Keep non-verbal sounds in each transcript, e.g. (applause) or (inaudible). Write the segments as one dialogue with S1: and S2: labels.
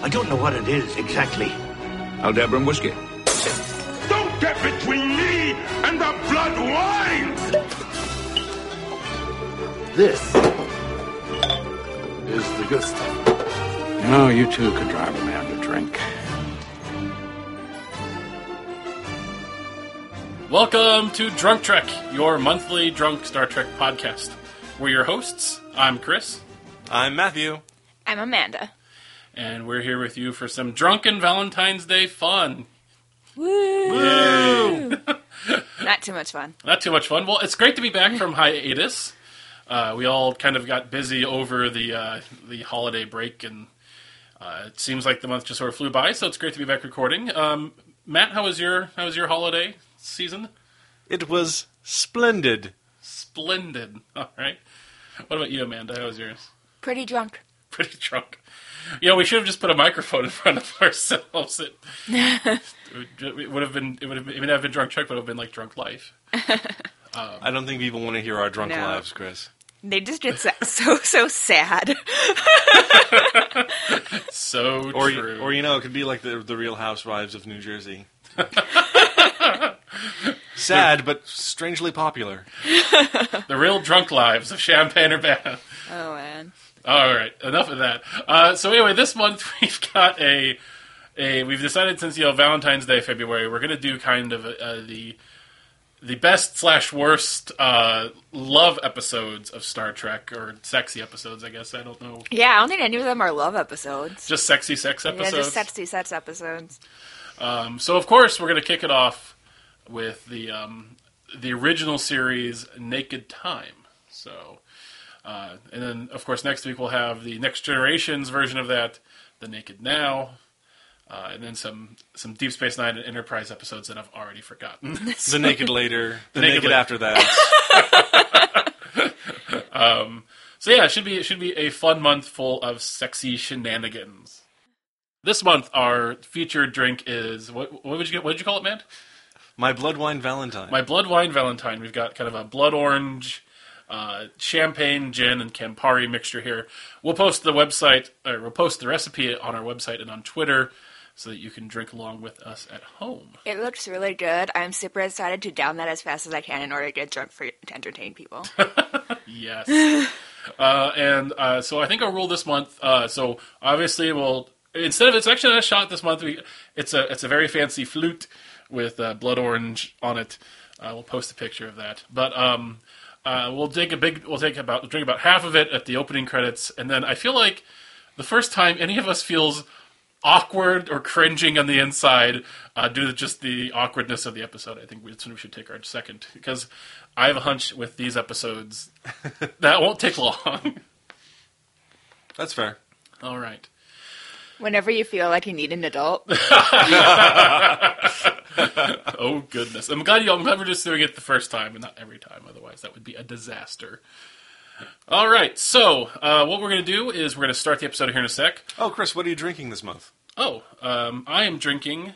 S1: I don't know what it is exactly.
S2: Aldebra and whiskey.
S3: Don't get between me and the blood wine!
S4: This is the good stuff.
S5: You know, you too could drive a man to drink.
S6: Welcome to Drunk Trek, your monthly drunk Star Trek podcast. We're your hosts. I'm Chris,
S7: I'm Matthew.
S8: I'm Amanda.
S6: and we're here with you for some drunken Valentine's Day fun.
S8: Woo! Not too much fun.
S6: Not too much fun. Well, it's great to be back from hiatus. Uh, we all kind of got busy over the uh, the holiday break, and uh, it seems like the month just sort of flew by. So it's great to be back recording. Um, Matt, how was your how was your holiday season?
S7: It was splendid.
S6: Splendid. All right. What about you, Amanda? How was yours?
S8: Pretty drunk.
S6: Pretty drunk. Yeah, we should have just put a microphone in front of (laughs) ourselves. It, it would have been. It would have been, it would have been drunk check, would have been like drunk life.
S7: I don't think people want to hear our drunk
S8: No.
S7: lives, Chris.
S8: They just get sa- (laughs) so so sad.
S6: So
S7: Or,
S6: true.
S7: or you know, it could be like the the Real Housewives of New (laughs) Jersey. Sad, but strangely popular.
S6: the real drunk lives of Champagne Urbana.
S8: Oh man.
S6: All right, enough of that. Uh, so anyway, this month (laughs) we've got a a we've decided since you know Valentine's Day, February, we're gonna do kind of uh, the the best slash worst uh, love episodes of Star Trek or sexy episodes, I guess. I don't know,
S8: Yeah, I don't think any of them are love episodes.
S6: just sexy sex episodes.
S8: Yeah, just sexy sex episodes.
S6: Um, so of course we're gonna kick it off with the um, the original series Naked Time. So uh, and then of course next week we'll have the Next Generation's version of that, the Naked Now. Uh, and then some, some Deep Space Nine and Enterprise episodes that I've already
S7: (laughs)
S6: forgotten.
S7: The naked later, (laughs) the,
S6: Naked
S7: naked,
S6: Later.
S7: after that. (laughs)
S6: so yeah, it should be it should be a fun month full of sexy shenanigans. This month, our featured drink is what? What would you what did you call it, man?
S7: My blood wine Valentine.
S6: my blood wine Valentine. We've got kind of a blood orange, uh, champagne, gin, and Campari mixture here. We'll post the website, or we'll post the recipe on our website and on Twitter, so that you can drink along with us at home.
S8: It looks really good. I'm super excited to down that as fast as I can in order to get drunk for to
S6: (laughs)
S8: entertain people.
S6: Yes. uh, and uh, so I think our rule this month. Uh, so obviously we'll instead of it's actually not a shot this month. We it's a it's a very fancy flute with uh, blood orange on it. Uh, we'll post a picture of that. But um, uh, we'll take a big we'll take about drink about half of it at the opening credits, and then I feel like the first time any of us feels awkward or cringing on the inside uh, due to just the awkwardness of the episode. I think that's when we should take our second because I have a hunch with these episodes that won't take long. (laughs)
S7: That's fair.
S6: All right.
S8: Whenever you feel like you need
S6: (laughs)
S8: an adult,
S6: Oh goodness! I'm glad you. I'm glad we're just doing it the first time and not every time. Otherwise, that would be a disaster. All right. So uh, what we're going to do is we're going to start the episode here in a sec.
S7: Oh, Chris, what are you drinking this month?
S6: Oh, um, I am drinking.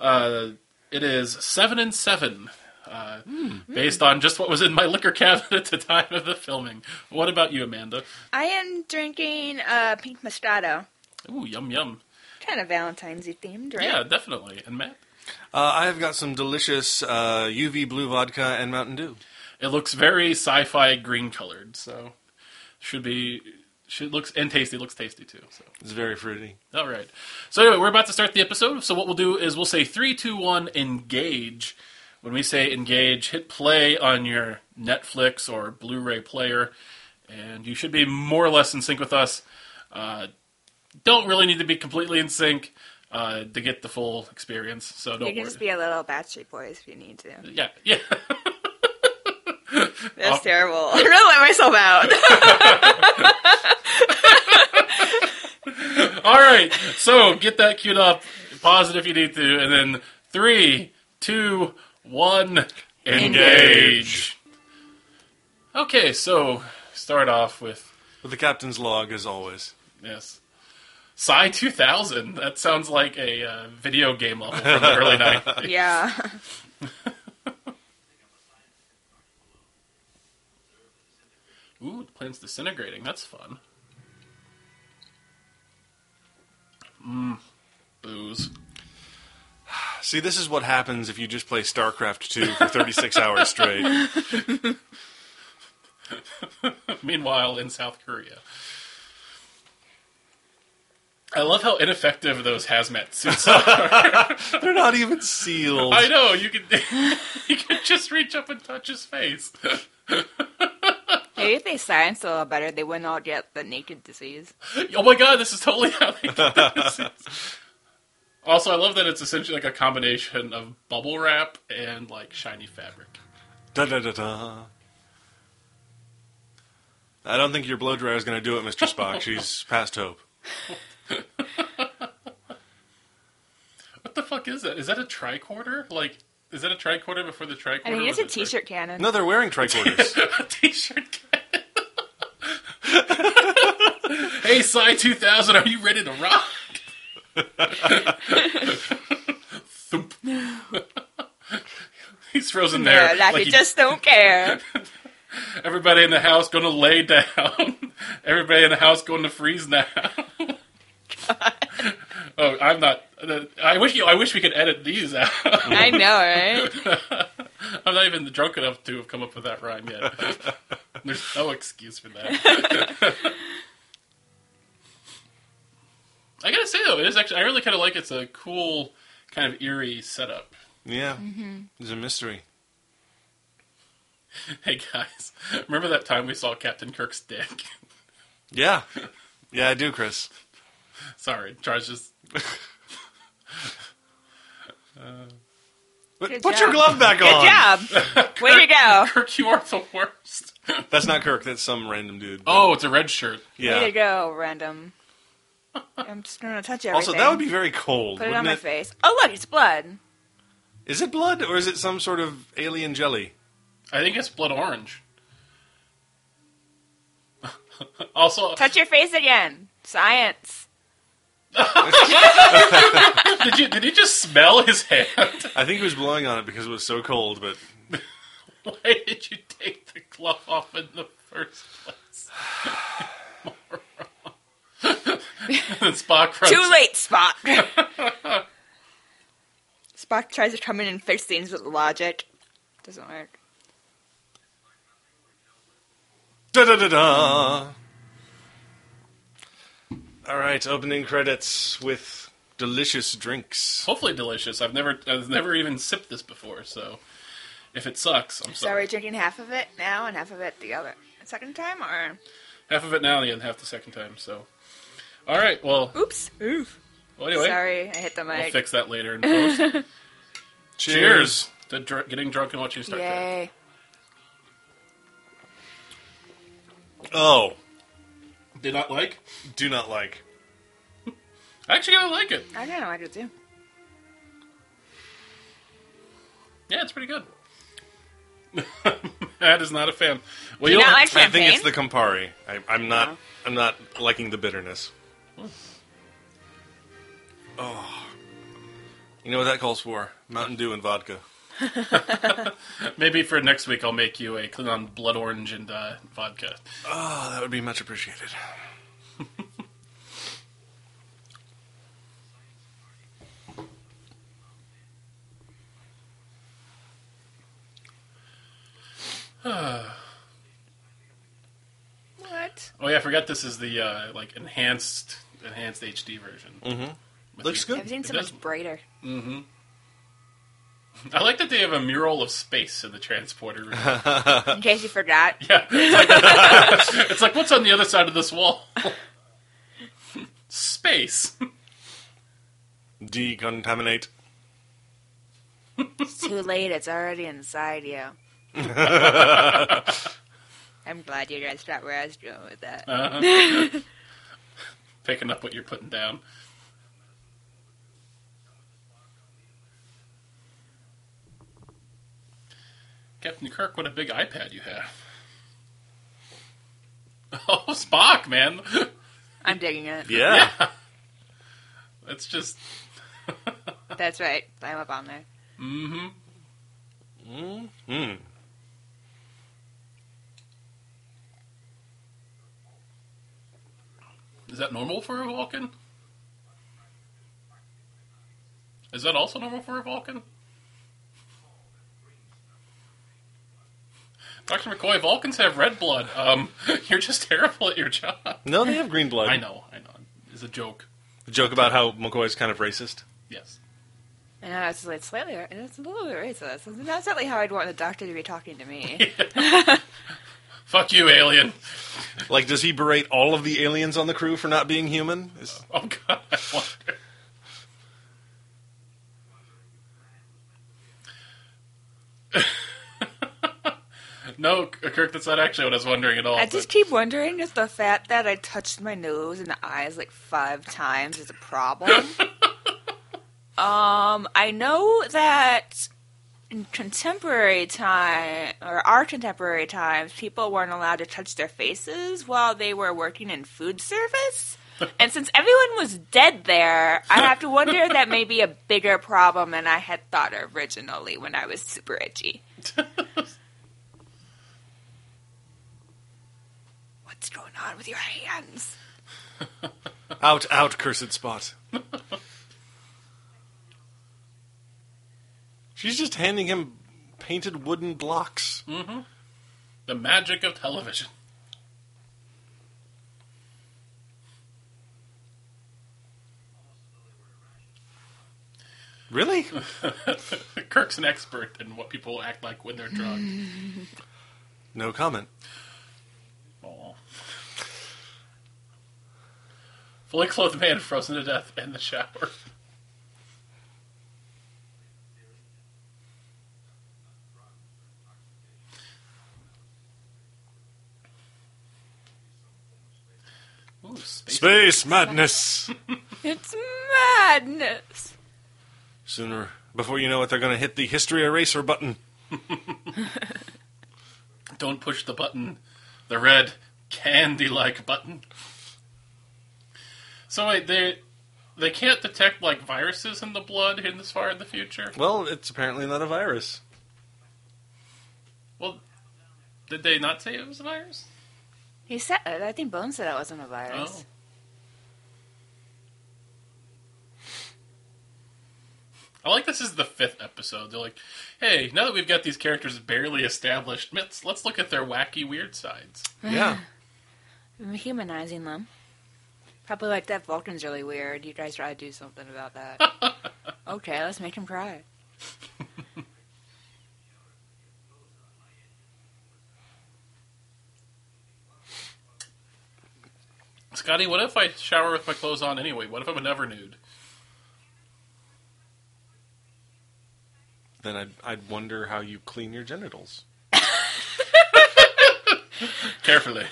S6: Uh, it is seven and seven, uh, based on just what was in my liquor cabinet at the time of the filming. What about you, Amanda?
S8: I am drinking uh, pink moscato.
S6: Ooh, yum yum.
S8: Kind of Valentine's themed, right?
S6: Yeah, definitely. And Matt,
S7: Uh, I have got some delicious uh, UV blue vodka and Mountain Dew.
S6: it looks very sci-fi green colored, so should be. Should looks and tasty. Looks tasty too. So.
S7: It's very fruity.
S6: All right. So anyway, we're about to start the episode. So what we'll do is we'll say three, two, one, engage. When we say engage, hit play on your Netflix or Blu-ray player, and you should be more or less in sync with us. Uh, don't really need to be completely in sync uh, to get the full experience. So
S8: You
S6: don't
S8: can
S6: worry.
S8: just be a little Backstreet Boys if you need to.
S6: yeah, yeah. (laughs)
S8: That's terrible. I (laughs) really let myself
S6: (laughs)
S8: out. (laughs)
S6: All right. So get that queued up. Pause it if you need to, and then three, two, one, engage. Okay, so start off with
S7: With the captain's log, as always.
S6: yes, Psy two thousand. That sounds like a uh, video game level from the early
S8: (laughs)
S6: nineties.
S8: yeah.
S6: Ooh, the planet's disintegrating. That's fun. Mm,
S7: See, this is what happens if you just play StarCraft 2 for 36 hours straight.
S6: (laughs) Meanwhile, in South Korea. I love how ineffective those hazmat suits are.
S7: (laughs)
S8: (laughs)
S7: They're not even sealed.
S6: I know you can. (laughs) you can just reach up and touch his face. (laughs)
S8: Maybe if they science a little better, they wouldn't all get the naked disease.
S6: Oh my god, this is totally how they did
S8: (laughs)
S6: this. Also, I love that it's essentially like a combination of bubble wrap and like shiny fabric.
S7: Da da da da. I don't think your blow dryer is going to do it, Mr.
S8: (laughs)
S7: Spock. She's past hope.
S6: What the fuck is that? Is that a tricorder? Like, is that a tricorder before the tricorder?
S8: I mean, it's
S6: was
S8: a T-shirt cannon.
S7: No, they're wearing tricorders.
S8: (laughs)
S6: a t-shirt. hey, Psy 2000, are you ready to rock? Thump. He's frozen there.
S8: Yeah, like,
S6: like
S8: you
S6: he-
S8: just don't
S7: (laughs)
S8: care.
S6: everybody in the house going to lay down. everybody in the house going to freeze now. oh, I'm not. I wish you. I wish we could edit these out.
S8: I know, right?
S6: I'm not even drunk enough to have come up with that rhyme (laughs) yet. There's no excuse for that. I gotta say though, it is actually I really kind of like it's a cool, kind of eerie setup. (laughs)
S7: yeah.
S8: Mm-hmm.
S7: It's a mystery.
S6: Hey guys, remember that time we saw Captain Kirk's dick? (laughs)
S7: Yeah. Yeah, I do, Chris.
S6: Sorry, Charles just
S7: But
S8: Good
S7: put
S8: job.
S7: your glove back
S8: Good
S7: on.
S8: job. Way to go.
S6: Kirk, you are the worst.
S7: That's not Kirk. That's some random dude.
S6: Oh, it's a red shirt.
S7: yeah.
S8: Way to go, random. I'm just gonna touch everything.
S7: Also, that would be very cold.
S8: Put it
S7: wouldn't
S8: on my
S7: it?
S8: face. Oh look, it's blood.
S7: Is it blood or is it some sort of alien jelly?
S6: I think it's blood orange. (laughs) also,
S8: Touch your face again. Science.
S6: did you did he just smell his hand?
S7: I think he was blowing on it because it was so cold, but
S6: (laughs) Why did you take the glove off in the first place? (laughs) and (laughs) Spock runs.
S8: Too late, Spock.
S7: (laughs)
S8: Spock tries to come in and fix things with logic. Doesn't work.
S7: da da da da. All right, opening credits with delicious drinks.
S6: Hopefully delicious. I've never I've never even sipped this before, so if it sucks, I'm
S8: So we're
S6: sorry.
S8: drinking half of it now and half of it the other. Second time or
S6: Half of it now and half the second time. So, all right. Well,
S8: oops. Oof.
S6: well anyway,
S8: Sorry, I hit the
S6: we'll
S8: mic.
S6: fix that later
S8: (laughs)
S6: in post. Cheers to dr- getting drunk and watching Star Trek.
S8: Yay.
S7: Oh,
S6: Did not like.
S7: do not like.
S6: I actually kind of like it.
S8: I kinda like it too.
S6: Yeah, it's pretty good. (laughs) Matt is not a fan. Well,
S8: you
S6: you'll-
S8: not like
S7: I think
S8: champagne?
S7: it's the Campari. I, I'm not. I'm not liking the bitterness. Oh, you know what that calls for? Mountain Dew and vodka.
S6: maybe for next week I'll make you a Klingon blood orange and uh, vodka.
S7: Oh, that would be much appreciated.
S8: What?
S6: Oh yeah, I forgot this is the uh, like enhanced enhanced HD version. Mm-hmm.
S7: Looks good.
S8: Everything's so
S6: It does-
S8: much brighter.
S6: I like that they have a mural of space in the transporter room. (laughs)
S8: In case you forgot.
S6: Yeah, it's like, it's like, what's on the other side of this wall? (laughs) space. (laughs)
S7: Decontaminate.
S8: Too late. It's already
S6: (laughs)
S8: inside you. I'm glad you guys got where I was going with that.
S6: Uh, Picking up what you're putting down. Captain Kirk, what a big iPad you have. (laughs) Oh, Spock, man. (laughs)
S8: I'm digging it.
S7: Yeah.
S6: That's just.
S8: That's right. I'm up on there.
S6: Mm-hmm.
S7: Hmm.
S6: Is that normal for a Vulcan? Is that also normal for a Vulcan? Dr. McCoy, Vulcans have red blood. Um, (laughs) you're just terrible at your job.
S7: No, they have green blood.
S6: I know, I know. It's a joke.
S7: The joke about how McCoy's kind of racist.
S6: Yes.
S8: I know it's, it's slightly, it's a little bit racist. And That's certainly how I'd want the doctor to be talking to me.
S6: Fuck you, alien. (laughs)
S7: Like, does he berate all of the aliens on the crew for not being human? Is-
S6: Oh god, I wonder. (laughs) no, Kirk, that's not actually what I was wondering at all.
S8: I
S6: but-
S8: just keep wondering if the fact that I touched my nose and the eyes like five times is a problem. um, I know that in contemporary time or our contemporary times, people weren't allowed to touch their faces while they were working in food service. And since everyone was dead there, I have to wonder if that may be a bigger problem than I had thought originally when I was super edgy. What's going on with your hands?
S7: out, out, cursed spot. She's just handing him painted wooden blocks.
S6: the magic of television. (laughs)
S7: Really?
S6: Kirk's an expert in what people act like when they're drunk.
S7: No comment.
S6: Aw. Fully clothed man frozen to death in the shower. Ooh, space.
S7: Space madness.
S8: It's madness.
S7: Sooner, before you know it, they're going to hit the history eraser button.
S6: Don't push the button. The red candy like button. So wait, they they can't detect like viruses in the blood in this far in the future?
S7: Well, it's apparently not a virus.
S6: Well did they not say it was a virus? Oh.
S8: He said, uh, I think Bones said that wasn't a virus.
S6: I like this is the fifth episode. They're like, hey, now that we've got these characters barely established, let's, let's look at their wacky, weird sides.
S7: Yeah.
S8: I'm humanizing them. Probably like that Vulcan's really weird. You guys try to do something about that. okay, let's make him cry.
S6: Scotty, what if I shower with my clothes on anyway? What if I'm never nude?
S7: Then I'd, I'd wonder how you clean your genitals.
S6: Carefully.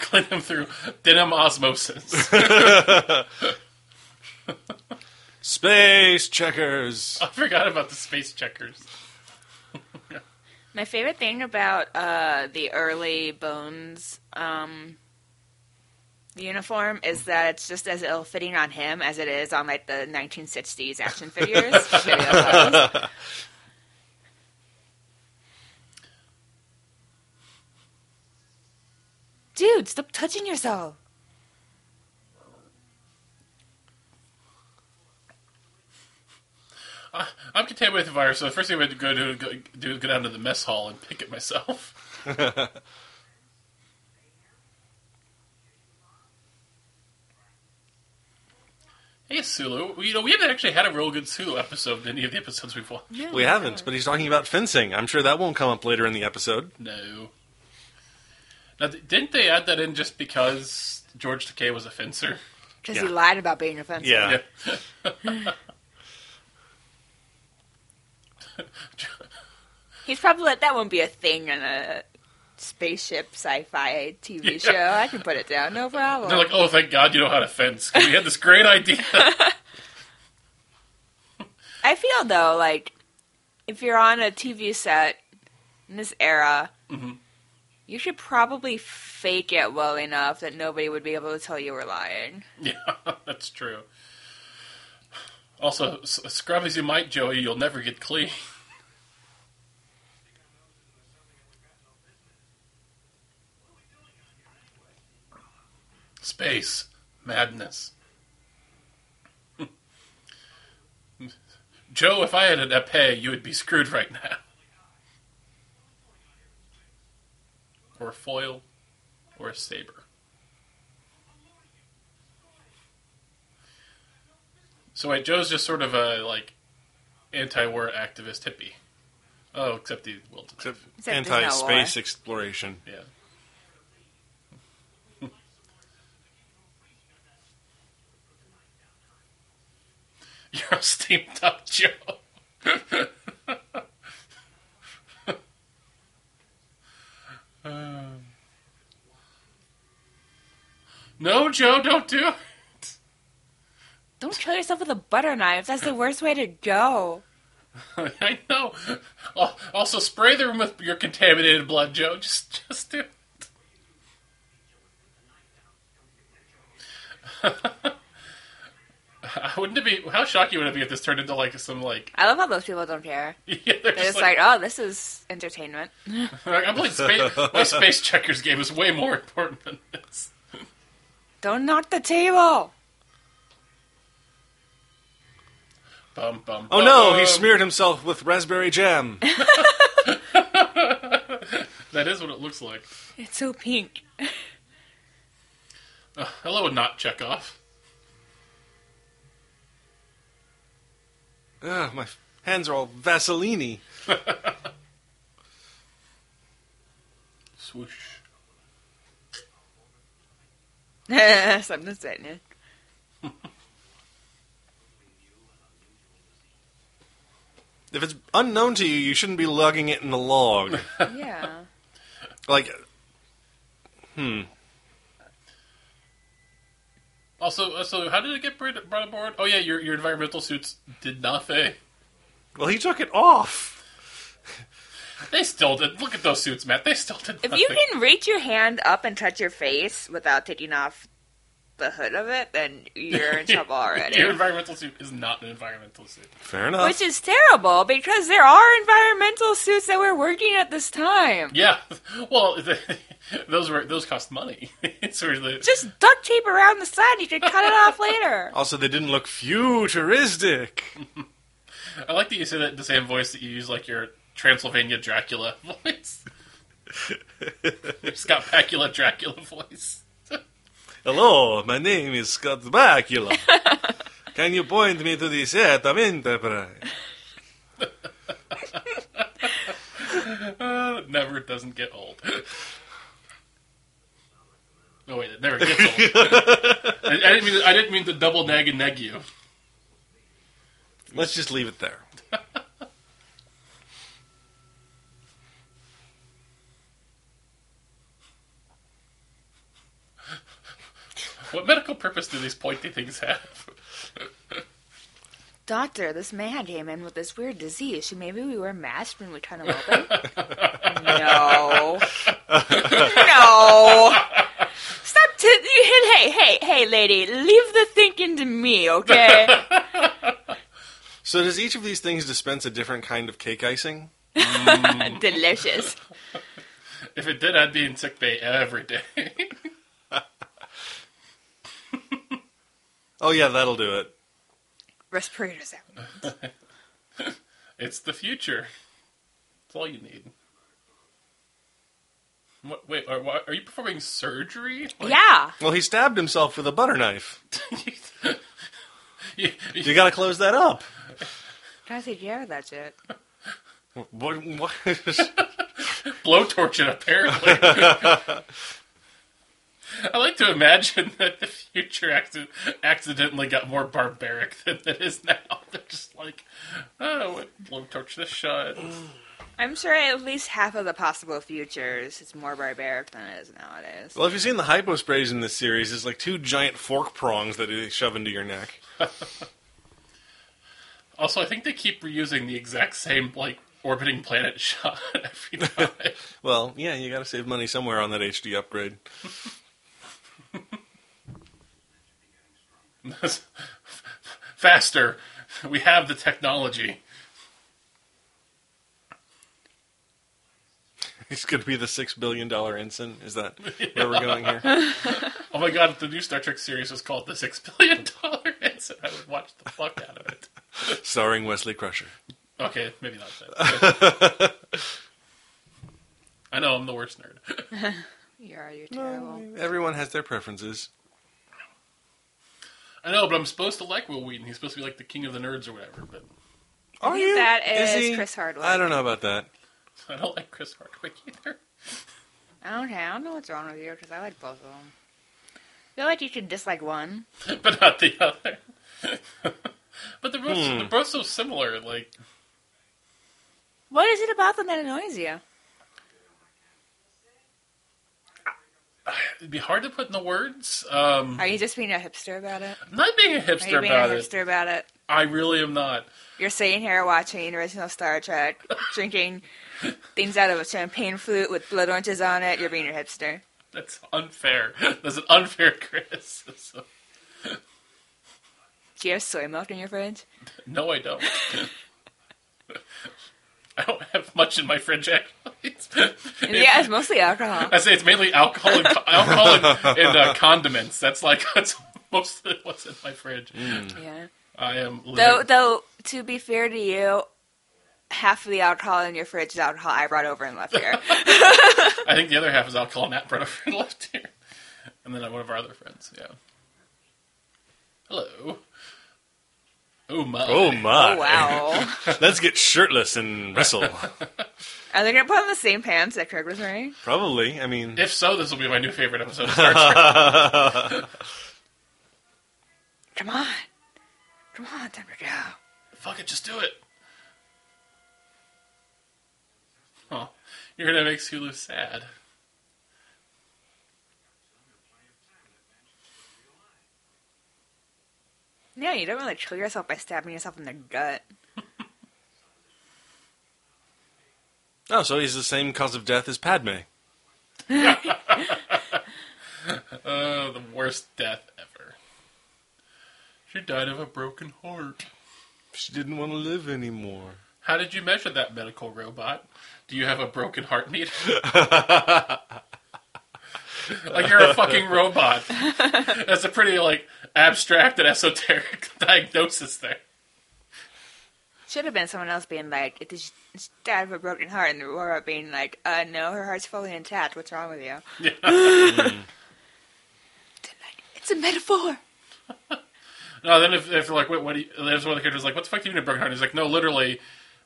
S6: Clean them through denim osmosis.
S7: Space checkers.
S6: I forgot about the space checkers.
S8: My favorite thing about uh, the early Bones um, uniform is that it's just as ill fitting on him as it is on like the
S7: (laughs)
S8: 1960s action figures. Video photos. Dude, stop touching yourself.
S6: I'm contaminated with the virus, so the first thing I'm going to go do, go, do is go down to the mess hall and pick it myself. hey, Sulu. We- You know, we haven't actually had a real good Sulu episode in any of the episodes we've watched.
S7: We haven't, but he's talking about fencing. I'm sure that won't come up later in the episode.
S6: No. Now, th- didn't they add that in just because George Takei was a fencer?
S8: Because
S7: Yeah.
S8: he lied about being offensive.
S7: Yeah.
S8: He's probably like, that won't be a thing in a spaceship sci-fi TV show. I can put it down, no problem.
S6: They're like, oh, thank God you know how to fence. 'cause we had this great idea. (laughs)
S8: I feel though, like if you're on a TV set in this era, you should probably fake it well enough that nobody would be able to tell you were lying.
S6: Yeah, that's true. Also, s- scrub as you might, Joey, you'll never get clean. Space madness. (laughs) Joe, if I had an epee, you would be screwed right now. Or a foil, or a saber. So wait, Joe's just sort of a like anti-war activist hippie. Oh, except he wields a knife.
S8: Except there's no
S7: Anti space exploration.
S6: Yeah. (laughs) You're a steamed up Joe. (laughs) Um, no, Joe, don't do it.
S8: Don't kill yourself with a butter knife. That's the worst way to go.
S6: (laughs) I know. Al- Also, spray the room with your contaminated blood, Joe. Just, just do. It. (laughs) Wouldn't it be how shocking would it be if this turned into like some like (laughs)
S8: I love how those people don't care.
S6: yeah, they're
S8: They're
S6: just
S8: just
S6: like,
S8: like, oh, this is entertainment.
S6: I'm playing space. My space checkers game is way more important than this.
S8: Don't knock the table.
S6: Bum bum.
S7: Oh no,
S6: bum.
S7: he smeared himself with raspberry jam.
S6: That is what it looks like.
S8: It's so pink. (laughs)
S6: Hello, not Chekhov.
S7: Ugh, my hands are all Vaseline
S6: Swoosh.
S8: Something's in (laughs) it.
S7: If it's unknown to you, you shouldn't be lugging it in the log.
S8: (laughs) Yeah.
S7: like,
S6: Also, uh, so how did it get brought brought aboard? Oh yeah, your your environmental suits did nothing.
S7: well, he took it off.
S6: They still did. Look at those suits, Matt. They still did.
S8: If
S6: nothing.
S8: you can reach your hand up and touch your face without taking off the hood of it, then you're (laughs) in trouble already.
S6: Your environmental suit is not an environmental suit.
S7: Fair enough.
S8: (laughs) Which is terrible because there are environmental suits that we're working at this time.
S6: Yeah. (laughs) Well, the, those were those cost money. (laughs) it's really
S8: Just duct tape around the side. You can cut it off later.
S7: also, they didn't look futuristic.
S6: I like that you say that in the same voice that you use, like your Transylvania Dracula (laughs) voice. Your Scott Bakula Dracula voice.
S7: Hello, my name is Scott Bakula. Can you point me to the set of Enterprise?
S6: Uh, never doesn't get old. No wait, it never gets old. I, I didn't mean I didn't mean to double nag and neg you.
S7: Let's just leave it there.
S6: What medical purpose do these pointy things have?
S8: (laughs) Doctor, this man came in with this weird disease. Should maybe we wear masks when we cut him open? no. (laughs) no. (laughs) Stop t- you hit hey, hey, hey lady, leave the thinking to me, okay? (laughs)
S7: So, does each of these things dispense a different kind of cake icing?
S8: Delicious.
S6: If it did, I'd be in sick bay every day. (laughs)
S7: Oh, yeah, that'll do it.
S8: Respirators out.
S6: it's the future. It's all you need. What, wait, are, why- are you performing surgery? (laughs) Like,
S8: Yeah.
S7: Well, he stabbed himself with a butter knife.
S6: you- you-
S7: You gotta close that up.
S8: Trying to take care of that shit.
S7: What? what?
S6: blowtorch it, apparently. (laughs) I like to imagine that the future acci- accidentally got more barbaric than it is now. (laughs) They're just like, oh, blowtorch this shot.
S8: I'm sure at least half of the possible futures is more barbaric than it is nowadays.
S7: (laughs) well, if you've seen the hypo sprays in this series, it's like two giant fork prongs that they shove into your neck.
S6: Also, I think they keep reusing the exact same like orbiting planet (laughs) shot every time. (laughs)
S7: Well, yeah, you gotta save money somewhere on that HD upgrade. (laughs)
S6: Faster, we have the technology.
S7: It's gonna be the six billion dollar ensign. Is that where we're going (laughs) here?
S6: Oh my god, if the new Star Trek series was called the Six Billion Dollar Ensign, I would watch the fuck out of it.
S7: starring Wesley Crusher.
S6: Okay, maybe not that. (laughs) I know I'm the worst nerd.
S8: You are. You're terrible.
S7: Everyone has their preferences.
S6: I know, but I'm supposed to like Will Wheaton. He's supposed to be like the king of the nerds or whatever. But
S7: Are
S8: think that
S7: Is
S8: is
S7: he?
S8: Chris Hardwick.
S7: I don't know about that.
S6: I don't like Chris Hardwick either. (laughs)
S8: I don't, I don't know what's wrong with you because I like both of them. I feel like you should dislike one.
S6: but not the other. (laughs) but they're both, they're both so similar. Like
S8: What is it about them that annoys you?
S6: it'd be hard to put into words. Um,
S8: Are you just being a hipster about it?
S6: I'm not being a
S8: Are
S6: hipster
S8: you being
S6: about
S8: a
S6: it.
S8: hipster about it?
S6: I really am not.
S8: You're sitting here watching original
S7: (laughs)
S8: Star Trek, drinking things out of a champagne flute with blood oranges on it. You're being a hipster.
S6: That's unfair. (laughs) That's an unfair criticism.
S8: Do you have soy milk in your fridge?
S6: No, I don't. (laughs) I don't have much in my fridge actually. It's-
S8: (laughs) yeah, it's
S7: (laughs)
S8: mostly alcohol.
S6: I say it's mainly alcohol
S8: (laughs)
S6: and alcohol and, and uh, condiments. That's like (laughs) that's mostly what's in my fridge.
S8: Yeah.
S6: I am
S8: Though,
S6: living-
S8: though, to be fair to you, half of the alcohol in your fridge is alcohol I brought over and left here.
S6: I think the other half is alcohol and that brought a friend (laughs) left here. And then one of our other friends, yeah. Hello. Oh my.
S7: Oh my!
S8: oh, wow.
S7: Let's get shirtless and (laughs) wrestle.
S8: Are they gonna put on the same pants that Craig was wearing?
S7: Probably. I mean,
S6: If so, this will be my new favorite episode of Star Trek.
S8: Come on, come on, time to go.
S6: Fuck it, just do it. Huh. You're gonna make Sulu sad.
S8: Yeah, you don't really kill yourself by stabbing yourself in the gut.
S7: oh, so he's the same cause of death as Padme.
S6: Uh, the worst death ever. She died of a broken heart.
S7: She didn't want to live anymore.
S6: How did you measure that, medical robot? Do you have a broken heart meter? like you're a fucking robot. That's a pretty like abstract and esoteric (laughs) diagnosis there.
S8: Should have been someone else being like, "It is she died of a broken heart," and the robot being like, "Uh, no, her heart's fully intact. What's wrong with you?"
S6: Yeah.
S8: (laughs) It's a metaphor.
S6: No, then if, if like what, what do you, there's one of the characters like, what the fuck do you mean a broken heart? He's like, no, literally,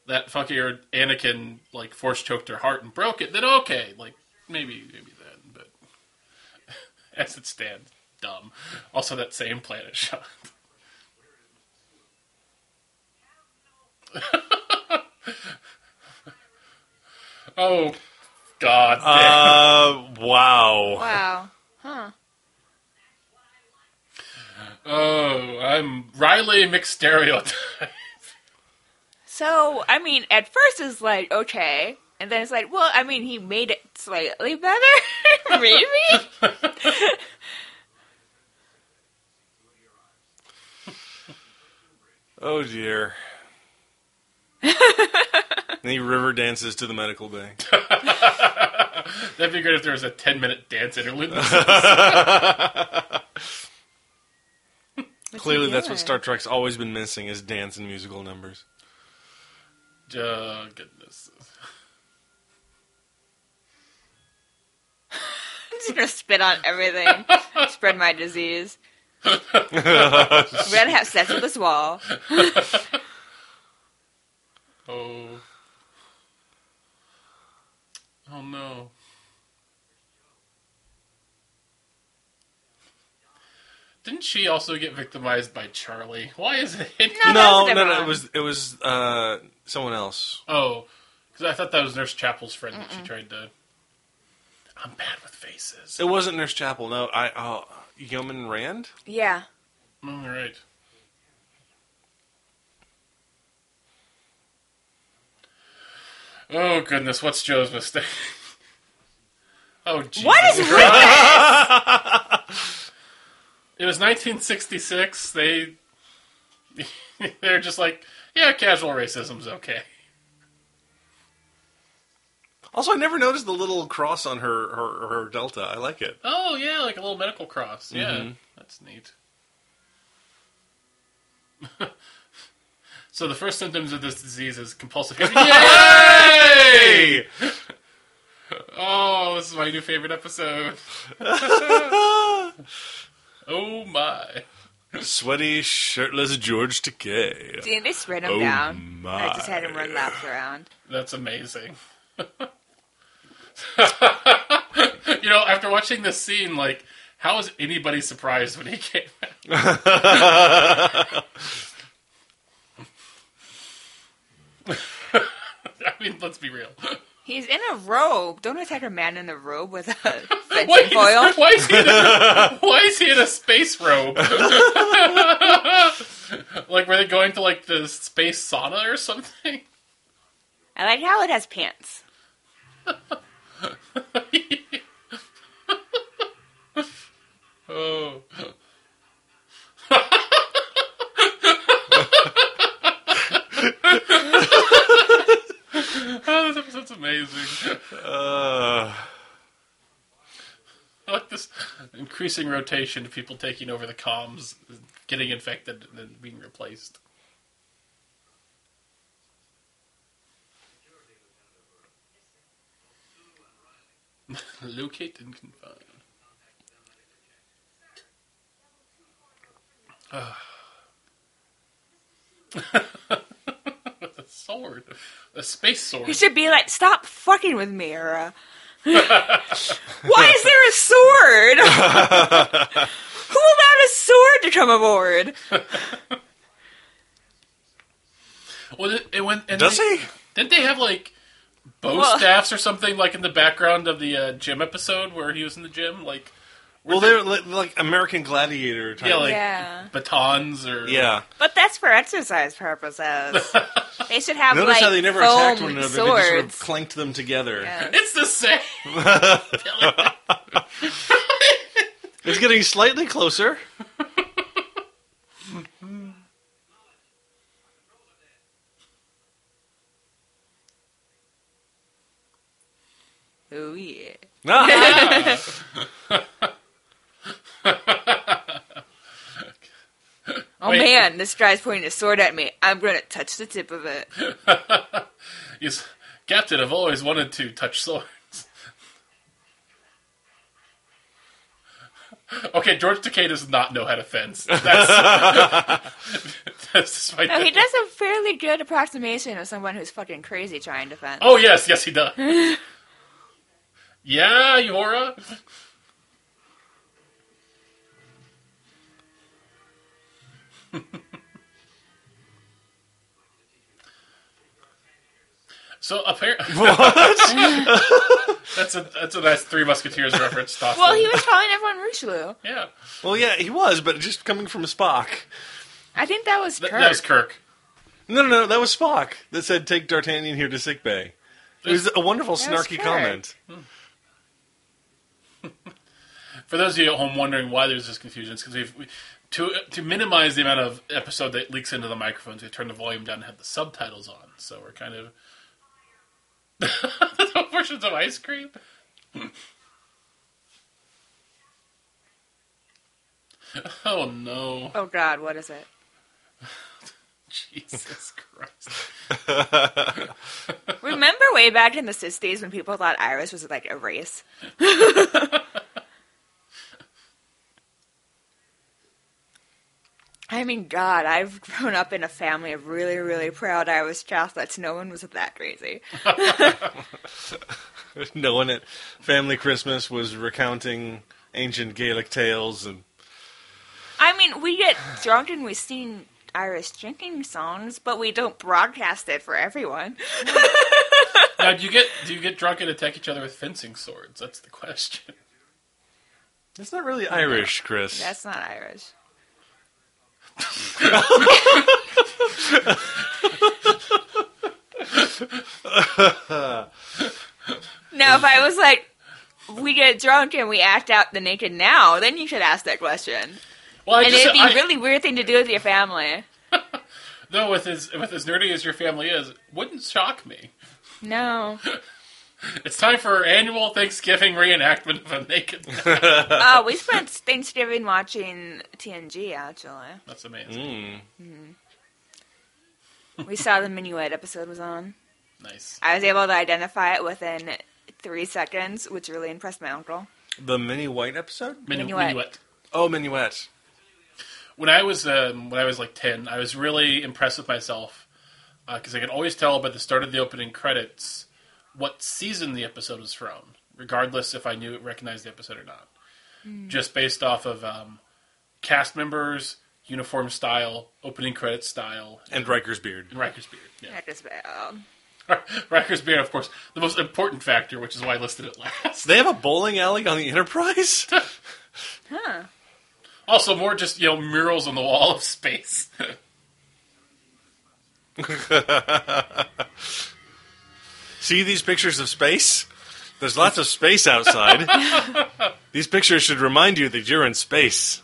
S6: that fucker Anakin like force choked her heart and broke it. Then okay, like maybe maybe then, but (laughs) as it stands, dumb. Also, that same planet (laughs) shot. oh God! damn.
S7: Uh, wow.
S8: Wow. Huh.
S6: oh, I'm Riley McStereotype. (laughs)
S8: So I mean, at first it's like okay, and then it's like, well, I mean, he made it slightly better, (laughs) maybe.
S7: Oh dear. and he river dances to the medical bay.
S6: That'd be great if there was a ten minute dance interlude.
S7: Clearly, that's what
S8: doing?
S7: Star Trek's always been missing: is dance and musical numbers.
S6: Oh, goodness.
S8: I'm just gonna spit on everything, spread my disease. We're gonna have sex with this wall.
S6: Oh. Oh no. Didn't she also get victimized by Charlie? Why is it?
S7: No,
S8: No,
S7: no, no.
S8: that's Devon.
S7: It was it was uh, someone else.
S6: Oh, because I thought that was Nurse Chapel's friend that she tried to. I'm bad with faces.
S7: It wasn't Nurse Chapel. No, I oh, Yeoman Rand.
S8: Yeah.
S6: All right. Oh goodness, what's Joe's mistake? (laughs) Oh, Jesus.
S8: What is with
S6: It was 1966. They (laughs) they're just like, yeah, casual racism's okay.
S7: Also, I never noticed the little cross on her her, her delta. I like it.
S6: Oh yeah, like a little medical cross. Yeah,
S7: Mhm.
S6: that's neat. (laughs) So the first symptoms of this disease is compulsive. (laughs) Yay! oh, this is my new favorite episode. oh my!
S7: Sweaty, shirtless George Takei.
S8: See, they just write him
S7: Oh
S8: down.
S7: my.
S8: I just had him run laps around.
S6: That's amazing. (laughs) you know, after watching this scene, like, how is anybody surprised when he came out? (laughs) I mean, let's be real.
S8: He's in a robe. Don't attack a man in a robe
S7: (laughs)
S8: with a
S6: Why,
S8: fencing foil.
S6: why is he in a, why is he in a space robe? (laughs) like, were they going to like the space sauna or something? (laughs)
S8: I like how it has pants.
S6: Oh, (laughs) oh this episode's amazing.
S7: Uh,
S6: I (laughs) like this increasing rotation of people taking over the comms, getting infected, and then being replaced. (laughs) Locate and confine. Ah. With (laughs) a sword. A space sword.
S8: He should be like, stop fucking with me, or uh, (laughs) why is there a sword? (laughs) Who allowed a sword to come aboard?
S6: Well, it, it went. And
S7: Does
S6: they-
S7: he?
S6: Didn't they have like bow
S8: Well-
S6: staffs or something like in the background of the uh, gym episode where he was in the gym, like
S7: well, they're like, like American Gladiator type.
S6: yeah, like
S8: Yeah.
S6: batons or
S7: yeah.
S8: But that's for exercise purposes.
S7: (laughs)
S8: They should have
S7: Notice
S8: like
S7: how they never
S8: foam
S7: attacked one another. They just sort of
S8: swords.
S7: clanked them together.
S8: Yeah.
S6: It's the same. (laughs)
S7: It's getting slightly
S8: (laughs)
S7: closer.
S8: Oh yeah.
S7: Ah,
S8: Oh
S6: Wait.
S8: man, this guy's pointing a sword at me. I'm gonna touch the tip
S7: (laughs)
S8: of it.
S6: Yes, Captain, I've always wanted to touch swords. (laughs) Okay, George Takei does not know how to fence. That's, that's (laughs) despite
S8: No,
S6: the-
S8: he does a fairly good approximation of someone who's fucking crazy trying to fence.
S6: Oh yes, yes he
S8: (laughs)
S6: does. yeah, Yora. (laughs) so apparently, (laughs) that's a that's a nice Three Musketeers
S8: (laughs)
S6: reference. Thought.
S8: Well, he was calling everyone Richelieu.
S6: yeah,
S7: well, yeah, he was, but just coming from Spock.
S8: I think that was
S6: Th-
S8: Kirk.
S6: that was Kirk.
S7: No, no, no, that was Spock that said, "Take D'Artagnan here to sick bay." It was a wonderful
S8: That was
S7: snarky
S8: Kirk.
S7: comment.
S6: For those of you at home wondering why there's this confusion, it's because we've we, to to minimize the amount of episode that leaks into the microphones, we turned the volume down and had the subtitles on. So we're kind of (laughs) the portions of ice cream. (laughs) oh no! (laughs)
S8: Oh god, what is it?
S6: Jesus Christ!
S8: Remember way back in the 60s when people thought Iris was like a race? I mean, God, I've grown up in a family of really, really proud Irish Catholics. No one was that crazy.
S7: No one at family Christmas was recounting ancient Gaelic tales and
S8: I mean, we get drunk and we sing Irish drinking songs, but we don't broadcast it for everyone.
S6: Now, do you get do you get drunk and attack each other with fencing swords? That's the question.
S7: that's not really Irish, Chris.
S8: That's not Irish. now, if I was like, we get drunk and we act out the naked now, then you should ask that question.
S6: Well, I
S8: And
S6: just,
S8: it'd be
S6: I-
S8: a really weird thing to do with your family.
S6: though with as with as nerdy as your family is, wouldn't shock me.
S8: No.
S6: It's time for our annual Thanksgiving reenactment of a naked. Man.
S8: Oh, we spent Thanksgiving watching TNG, actually.
S6: That's amazing.
S8: we saw the minuet episode was on.
S6: Nice.
S8: I was able to identify it within three seconds, which really impressed my uncle.
S7: The mini white episode?
S6: Minu-
S8: Minuet.
S6: minuet.
S7: Oh, minuet.
S6: when I was um, when I was like ten, I was really impressed with myself because I could always tell by the start of the opening credits what season the episode was from, regardless if I knew recognized the episode or not, just based off of um, cast members, uniform style, opening credit style,
S7: And Riker's beard.
S6: and Riker's beard. Yeah.
S8: That is bad.
S6: Riker's beard, of course, the most important factor, which is why I listed it last.
S7: They have a bowling alley on the Enterprise?
S6: also, more just you know murals on the wall of space. (laughs)
S7: See these pictures of space? There's lots of
S6: (laughs)
S7: space outside. these pictures should remind you that you're in space.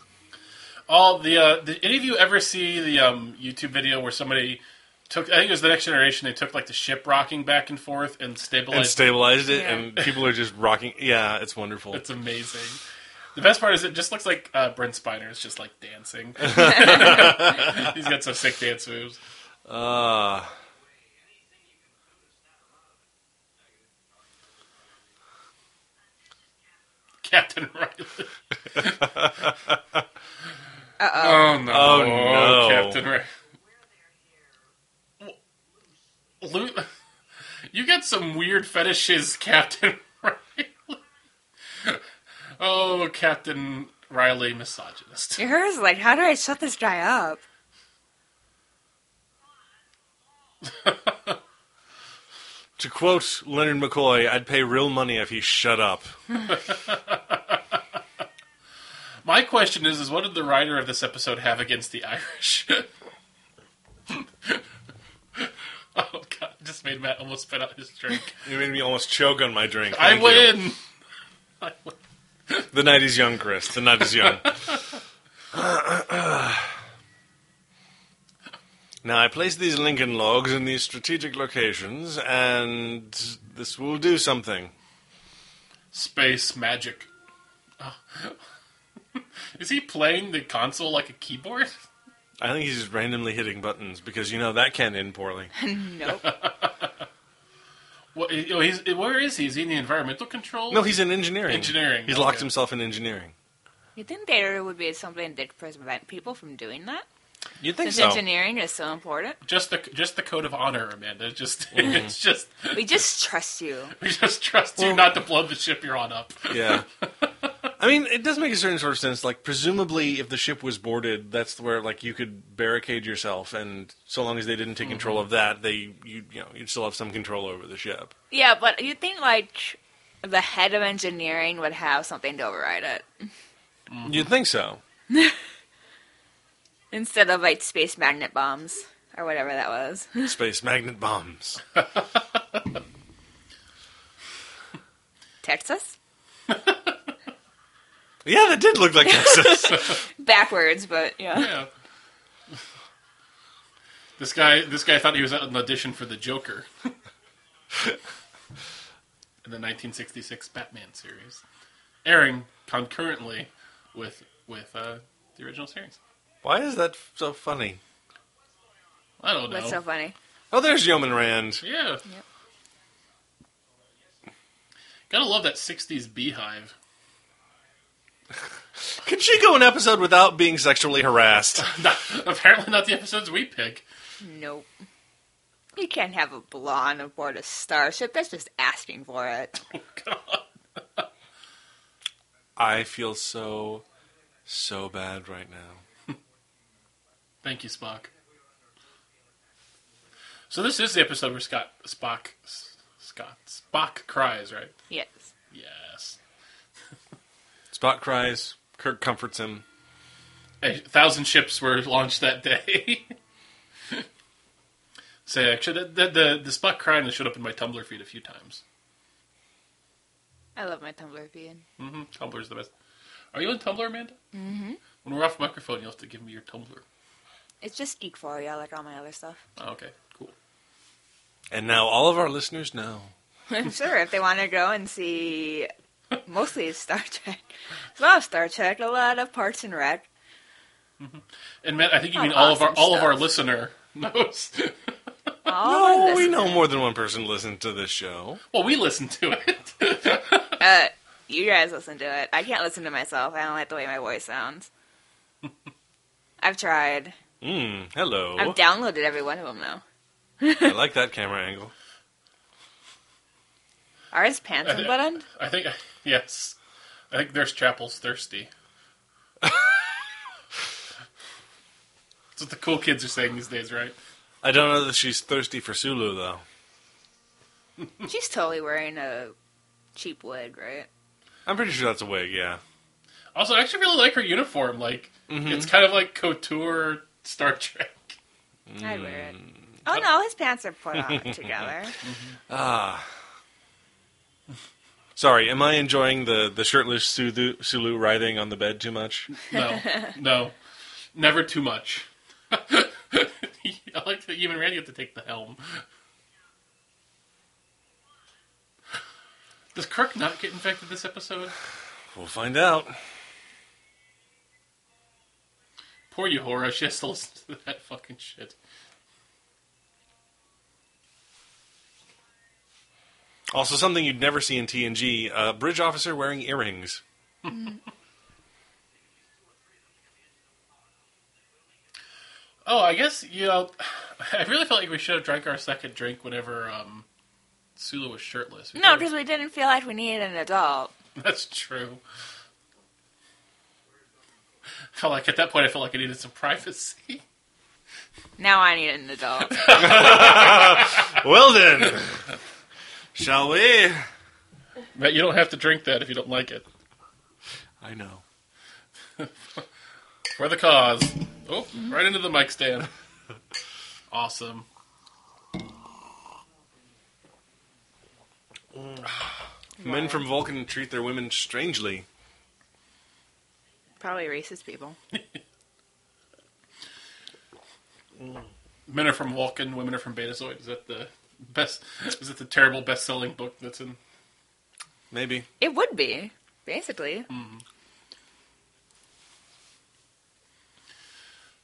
S6: All the uh, did any of you ever see the um, YouTube video where somebody took? I think it was the Next Generation. They took like the ship rocking back and forth and
S7: And
S6: stabilized.
S7: stabilized it,
S8: Yeah.
S7: and people are just rocking. Yeah, it's wonderful.
S6: it's amazing. The best part is it just looks like uh, Brent Spiner is just like
S7: (laughs)
S6: dancing. He's got some sick dance moves.
S7: Uh,
S6: Captain Riley. oh no!
S7: Oh, no.
S6: Captain Riley. Lu- you got some weird fetishes, (laughs) Captain Riley. oh, Captain Riley, misogynist.
S8: Yours, like, how do I shut this guy up?
S7: to quote Leonard McCoy, I'd pay real money if he shut up.
S6: My question is: Is what did the writer of this episode have against the Irish? (laughs) oh God! Just made Matt almost spit out his drink.
S7: You made me almost choke on my drink.
S6: I
S7: (laughs) Thank you.
S6: win.
S7: The night is young, Chris. The night
S6: (laughs)
S7: is young. now, I place these Lincoln logs in these strategic locations, and this will do something.
S6: Space magic. (laughs) Oh. Is he playing the console like a keyboard?
S7: I think he's just randomly hitting buttons because you know that can end poorly.
S8: (laughs) Nope.
S6: What, oh, he's, where is he? Is he in the environmental control?
S7: No, he's in engineering.
S6: Engineering,
S7: He's locked
S6: okay.
S7: himself in engineering.
S8: you think there would be something that could prevent people from doing that?
S7: You'd think
S8: Since
S7: so.
S8: engineering is so important,
S6: just the just the code of honor, Amanda. It's Just (laughs) it's just
S8: we just trust you.
S6: we just trust you not to blow the ship you're on up.
S7: (laughs) Yeah. I mean, it does make a certain sort of sense. Like, presumably, if the ship was boarded, that's where like you could barricade yourself, and so long as they didn't take control of that, they you you know you'd still have some control over the ship.
S8: Yeah, but you think like the head of engineering would have something to override it
S7: You'd think so.
S8: instead of like space magnet bombs or whatever that was. (laughs)
S7: Space magnet bombs.
S8: Texas
S7: Yeah, that did (laughs) look like Texas.
S8: backwards, but yeah.
S6: Yeah. This guy, this guy thought he was at an audition for the Joker (laughs) in the 1966 Batman series, airing concurrently with with uh, the original series.
S7: Why is that f- so funny?
S6: I don't know.
S8: What's so funny?
S7: Oh, there's Yeoman Rand.
S6: Yeah. Gotta love that 60s beehive. (laughs)
S7: Could she go an episode without being sexually harassed?
S6: Not, apparently not the episodes we pick.
S8: Nope. You can't have a blonde aboard a starship. That's just asking for it.
S7: I feel so, so bad right now.
S6: Thank you, Spock. So this is the episode where Scott Spock S- Scott Spock cries, right?
S8: Yes.
S6: Yes.
S7: Spock cries. Kirk comforts him.
S6: A thousand ships were launched that day. (laughs) so actually, the, the the the Spock crying has showed up in my Tumblr feed a few times.
S8: I love my Tumblr being.
S6: hmm Tumblr's the best. Are you on Tumblr, Amanda? Mm-hmm. When we're off microphone, you'll have to give me your Tumblr.
S8: It's just geek for you, like all my other stuff.
S7: (laughs)
S6: Oh, okay, cool.
S7: And now all of our listeners know.
S8: I'm sure if they want to go and see mostly Star Trek. (laughs) A lot of Star Trek, a lot of Parks and Rec.
S6: And Matt, I think you
S8: Oh,
S6: mean all of our
S8: awesome
S6: all of our
S8: stuff.
S6: listener (laughs) knows.
S8: All
S7: Oh,
S8: of
S7: we
S8: this.
S7: know more than one person listened to this show.
S6: Well, we listened to it. (laughs)
S8: Uh, you guys listen to it. I can't listen to myself. I don't like the way my
S7: (laughs)
S8: voice sounds. I've tried.
S7: Mm, hello.
S8: I've downloaded every one of them though.
S7: I like that camera angle.
S8: Are his
S7: (laughs)
S8: pants unbuttoned?
S6: I think (laughs) yes. I think there's Chapel's thirsty. That's what the cool kids are saying these days, right?
S7: I don't know that she's thirsty for Sulu though.
S8: She's totally wearing a cheap wig, right?
S7: I'm pretty sure that's a wig. Yeah.
S6: Also, I actually really like her uniform. Like it's kind of like couture Star Trek.
S8: I'd wear it.
S7: Mm.
S8: Oh no, his pants are
S7: (laughs)
S8: put on together.
S7: Sorry, am I enjoying the the shirtless Sulu, Sulu writhing on the bed too much?
S6: No, no, never too much. (laughs) I like that even Randy had to take the helm. Does Kirk not get infected this episode?
S7: We'll find out.
S6: Poor Uhura, she has to listen to that fucking shit.
S7: Also, something you'd never see in TNG: a bridge officer wearing earrings.
S6: Oh, I guess you know. (sighs) I really felt like we should have drank our second drink whenever um, Sulu was shirtless.
S8: No,
S6: (laughs)
S8: because we didn't feel like we needed an adult.
S6: that's true. I felt like at that point, I felt like I needed some privacy. (laughs)
S8: Now I need an adult.
S7: Well then, shall we?
S6: But you don't have to drink that if you don't like it.
S7: I know.
S6: For the cause. Oh, right into the mic stand. (laughs) Awesome.
S7: Men from Vulcan treat their women strangely.
S8: Probably racist people.
S6: Men are from Vulcan, women are from Betazoid. Is that the best? Is it the terrible best-selling book that's in?
S7: Maybe.
S8: It would be, basically.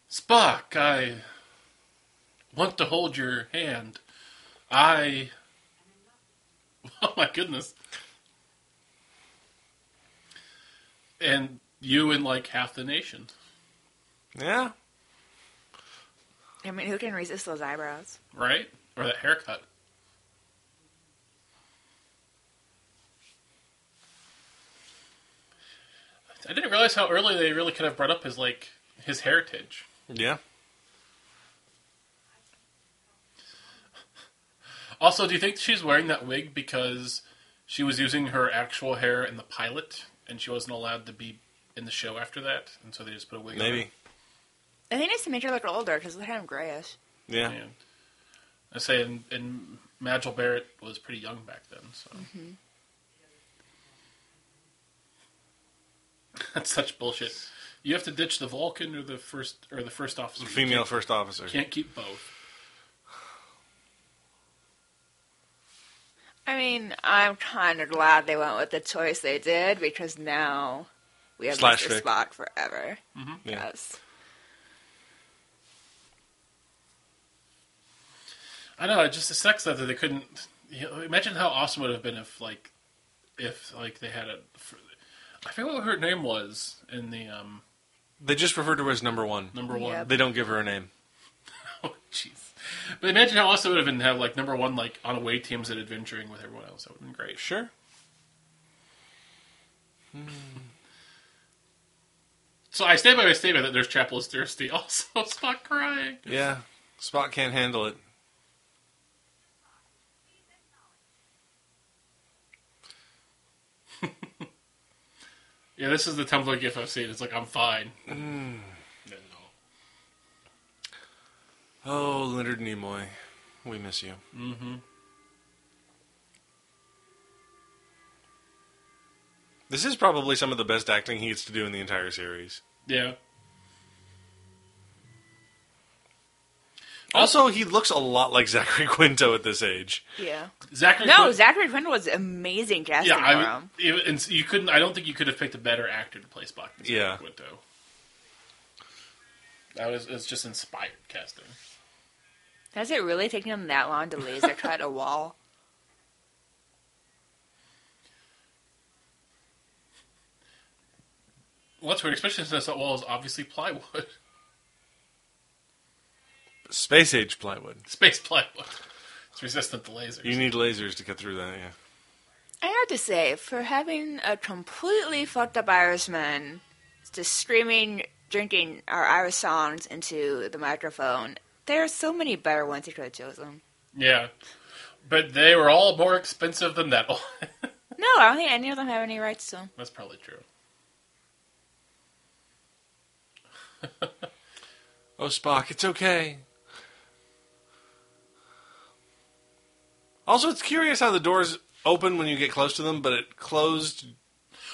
S6: Spock, I want to hold your hand. I. (laughs) Oh my goodness. And you and like half the nation.
S7: Yeah.
S8: I mean, who can resist those eyebrows?
S6: Right? Or that haircut. I didn't realize how early they really could have brought up his like his heritage.
S7: Yeah.
S6: Also, do you think she's wearing that wig because she was using her actual hair in the pilot and she wasn't allowed to be in the show after that, and so they just put a wig
S7: Maybe.
S8: I think it's to make her look older because they're kind of grayish.
S7: Yeah.
S6: on? Yeah. I say, and, and Magil Barrett was pretty young back then, so. (laughs) That's such bullshit. You have to ditch the Vulcan or the first or the first officer. You
S7: Female
S6: can't-
S7: first officer.
S6: Can't keep both.
S8: I mean, I'm kind of glad they went with the choice they did because now we have
S7: Slash
S8: Mr.
S7: Vic.
S8: Spock forever.
S6: Mm-hmm.
S7: Yeah.
S8: Yes.
S6: I know. It just it sucks that they couldn't. You know, imagine how awesome it would have been if like, if like they had a. I forget what her name was in the um (laughs)
S7: They just refer to her as number one.
S6: number one.
S8: Yep.
S7: They don't give her a name.
S6: Oh jeez. But imagine how awesome it would have been to have like number one like on away teams and adventuring with everyone else. That would have been great.
S7: Sure.
S6: So I stand by my statement that there's Chapel is thirsty. Also, (laughs) Spock crying.
S7: Yeah. Spock can't handle it.
S6: Yeah, this is the Tumblr gif I've seen. It's like I'm fine. No, no.
S7: Oh, Leonard Nimoy. We miss you.
S6: Mm-hmm.
S7: This is probably some of the best acting he gets to do in the entire series.
S6: Yeah. Oh.
S7: Also, he looks a lot like (laughs) Zachary Quinto at this age.
S6: (laughs)
S8: Yeah.
S6: Zachary.
S8: No,
S6: Quin-
S8: Zachary Quinto was amazing casting
S6: Yeah,
S8: for
S6: I,
S8: him.
S6: it, and you couldn't. I don't think you could have picked a better actor to play Spock than Zachary
S7: Yeah.
S6: Quinto. That was it's just inspired casting.
S8: Does it really take them that long
S6: (laughs)
S8: to laser cut a wall?
S6: Well, that's weird, especially since that wall is obviously plywood, (laughs)
S7: Space age plywood.
S6: space plywood. It's resistant to lasers.
S7: You need lasers to cut through that. Yeah.
S8: I have to say, for having a completely fucked up Irishman just screaming, drinking our Irish songs into the microphone, there are so many better ones he could have chosen.
S6: yeah, but they were all more expensive than that one.
S8: No, I don't think any of them have any rights to him.
S6: (laughs) that's probably true.
S7: Oh Spock, it's okay. Also, it's curious how the doors open when you get close to them, but it closed